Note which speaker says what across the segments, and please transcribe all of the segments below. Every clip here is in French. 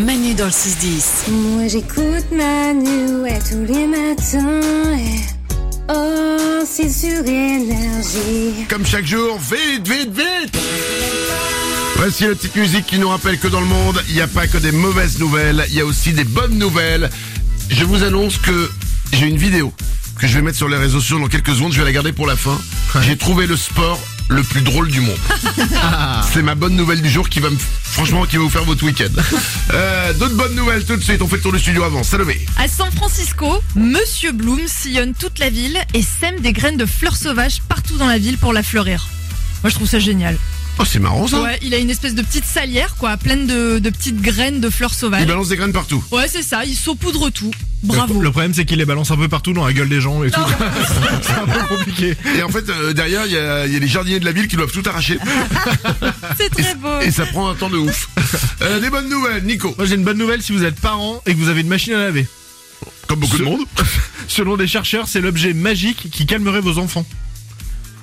Speaker 1: dans le 6-10.
Speaker 2: Moi j'écoute Manu ouais, tous les matins. et Oh, c'est sur énergie.
Speaker 3: Comme chaque jour, vite, vite, vite Voici la petite musique qui nous rappelle que dans le monde, il n'y a pas que des mauvaises nouvelles, il y a aussi des bonnes nouvelles. Je vous annonce que j'ai une vidéo que je vais mettre sur les réseaux sociaux dans quelques secondes, je vais la garder pour la fin. J'ai trouvé le sport le plus drôle du monde. C'est ma bonne nouvelle du jour qui va me, franchement, qui va vous faire votre week-end. Euh, D'autres bonnes nouvelles tout de suite, on fait le tour du studio avant. Salomé.
Speaker 4: À San Francisco, Monsieur Bloom sillonne toute la ville et sème des graines de fleurs sauvages partout dans la ville pour la fleurir. Moi, je trouve ça génial.
Speaker 3: Oh, c'est marrant ça.
Speaker 4: Ouais, il a une espèce de petite salière, quoi, pleine de, de petites graines de fleurs
Speaker 3: Il
Speaker 4: sauvages.
Speaker 3: balance des graines partout.
Speaker 4: Ouais, c'est ça, il saupoudre tout. Bravo.
Speaker 5: Le problème, c'est qu'il les balance un peu partout dans la gueule des gens et tout. c'est un peu compliqué.
Speaker 3: Et en fait, euh, derrière, il y a, il y a les jardiniers de la ville qui doivent tout arracher.
Speaker 4: C'est très beau.
Speaker 3: Et ça prend un temps de ouf. Euh, des bonnes nouvelles, Nico.
Speaker 5: Moi, j'ai une bonne nouvelle si vous êtes parent et que vous avez une machine à laver.
Speaker 3: Comme beaucoup de monde.
Speaker 5: Selon des chercheurs, c'est l'objet magique qui calmerait vos enfants.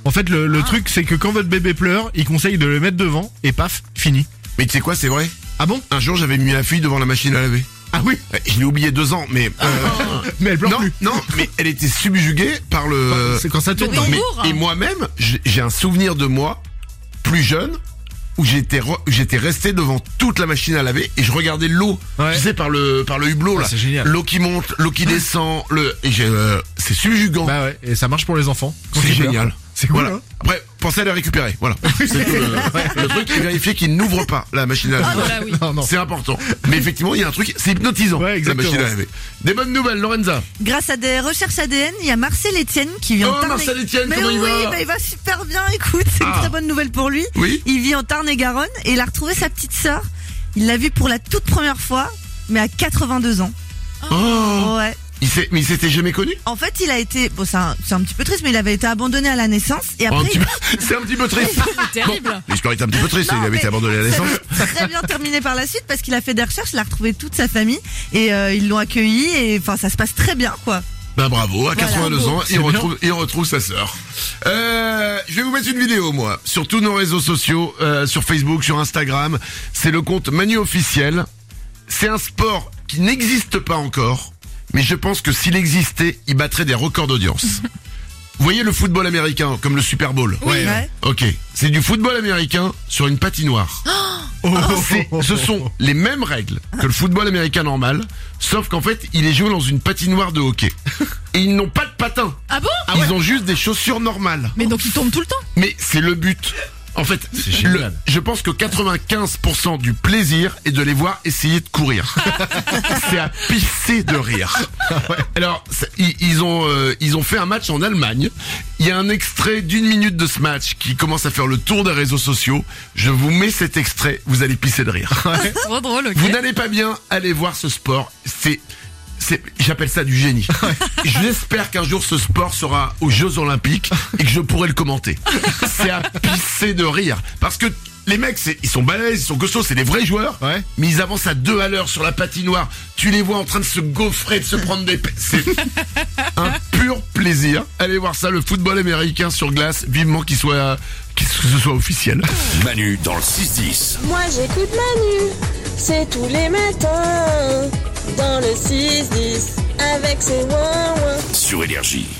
Speaker 5: En fait, le, le truc, c'est que quand votre bébé pleure, il conseille de le mettre devant et paf, fini.
Speaker 3: Mais tu sais quoi, c'est vrai.
Speaker 5: Ah bon
Speaker 3: Un jour, j'avais mis ma fille devant la machine à laver.
Speaker 5: Ah oui
Speaker 3: Euh, Je l'ai oublié deux ans, mais euh,
Speaker 5: Mais elle pleure
Speaker 3: non, Euh,
Speaker 5: plus.
Speaker 3: non, mais elle était subjuguée par le.
Speaker 5: C'est quand ça tourne.
Speaker 4: tambour.
Speaker 3: Mais- et moi-même, j'ai j'ai un souvenir de moi plus jeune où j'étais re- où j'étais resté devant toute la machine à laver et je regardais l'eau,
Speaker 5: Ouais.
Speaker 3: tu sais par le par le hublot
Speaker 5: Ah,
Speaker 3: là,
Speaker 5: c'est génial.
Speaker 3: l'eau qui monte, l'eau qui descend, le et j'ai, euh, c'est subjugant.
Speaker 5: Bah ouais, et ça marche pour les enfants. Quand
Speaker 3: C'est
Speaker 5: ils pleurent.
Speaker 3: génial.
Speaker 5: C'est cool,
Speaker 3: Voilà.
Speaker 5: hein
Speaker 3: Après, pensez à la récupérer. Voilà. C'est tout le, le truc et vérifier qu'il n'ouvre pas la machine à
Speaker 4: Ah
Speaker 3: laver.
Speaker 4: non, là, oui.
Speaker 5: Non, non.
Speaker 3: C'est important. Mais effectivement, il y a un truc, c'est hypnotisant.
Speaker 5: Ouais,
Speaker 3: la
Speaker 5: exactement.
Speaker 3: machine à laver. Des bonnes nouvelles, Lorenza.
Speaker 6: Grâce à des recherches ADN, il y a Marcel Etienne qui vit en
Speaker 3: Oh,
Speaker 6: Tarn.
Speaker 3: Marcel Etienne,
Speaker 6: mais
Speaker 3: comment
Speaker 6: oui,
Speaker 3: il va
Speaker 6: bah, il va super bien, écoute, c'est une
Speaker 3: Ah.
Speaker 6: très bonne nouvelle pour lui.
Speaker 3: Oui.
Speaker 6: Il vit en Tarn-et-Garonne et il a retrouvé sa petite sœur. Il l'a vue pour la toute première fois, mais à 82 ans.
Speaker 3: Oh.
Speaker 6: Ouais.
Speaker 3: Il s'est, mais il s'était jamais connu.
Speaker 6: En fait, il a été, bon, c'est un, c'est un petit peu triste, mais il avait été abandonné à la naissance et
Speaker 3: Oh, un
Speaker 6: après.
Speaker 3: petit peu- C'est un petit peu triste.
Speaker 4: Terrible.
Speaker 3: L'histoire est un petit peu triste,
Speaker 6: Non,
Speaker 3: il avait
Speaker 6: mais
Speaker 3: été abandonné à la
Speaker 6: ça
Speaker 3: naissance.
Speaker 6: s'est Très bien terminé par la suite parce qu'il a fait des recherches, il a retrouvé toute sa famille et euh, ils l'ont accueilli et enfin ça se passe très bien quoi.
Speaker 3: Ben bravo, à 82 ans,
Speaker 5: C'est
Speaker 3: il
Speaker 5: bien.
Speaker 3: retrouve, il retrouve sa sœur. Euh, je vais vous mettre une vidéo, moi, sur tous nos réseaux sociaux, euh, sur Facebook, sur Instagram. C'est le compte Manu officiel. C'est un sport qui n'existe pas encore, mais je pense que s'il existait, il battrait des records d'audience. vous voyez le football américain, comme le Super Bowl.
Speaker 6: Ouais. ouais.
Speaker 3: Ok, c'est du football américain sur une patinoire. C'est- ce sont les mêmes règles que le football américain normal, sauf qu'en fait, il est joué dans une patinoire de hockey. Et ils n'ont pas de patins.
Speaker 4: Ah bon
Speaker 3: Ils ont juste des chaussures normales.
Speaker 4: Mais donc il tombe tout le temps.
Speaker 3: Mais c'est le but. En fait,
Speaker 5: génial.
Speaker 3: le- je pense que 95% du plaisir est de les voir essayer de courir. c'est à pisser de rire. Alors, c'est- ils, ils ont euh, ils ont fait un match en Allemagne. Il y a un extrait d'une minute de ce match qui commence à faire le tour des réseaux sociaux. Je vous mets cet extrait, vous allez pisser de rire.
Speaker 4: Trop drôle, ok.
Speaker 3: Vous n'allez pas bien, allez voir ce sport. C'est, c'est, j'appelle ça du génie. J'espère qu'un jour ce sport sera aux Jeux Olympiques et que je pourrai le commenter. C'est à pisser de rire. Parce que les mecs, c'est- ils sont balèzes, ils sont costauds, c'est des vrais joueurs.
Speaker 5: Ouais.
Speaker 3: Mais ils avancent à deux à l'heure sur la patinoire. Tu les vois en train de se gaufrer, de se prendre des... pe- C'est un pur plaisir. Allez voir ça, le football américain sur glace. Vivement qu'il soit... qu'il- Que ce soit officiel.
Speaker 7: Manu dans le 6-10.
Speaker 8: Moi j'écoute Manu, c'est tous les matins, dans le 6-10, avec ses ouin-ouin.
Speaker 7: Sur Énergie.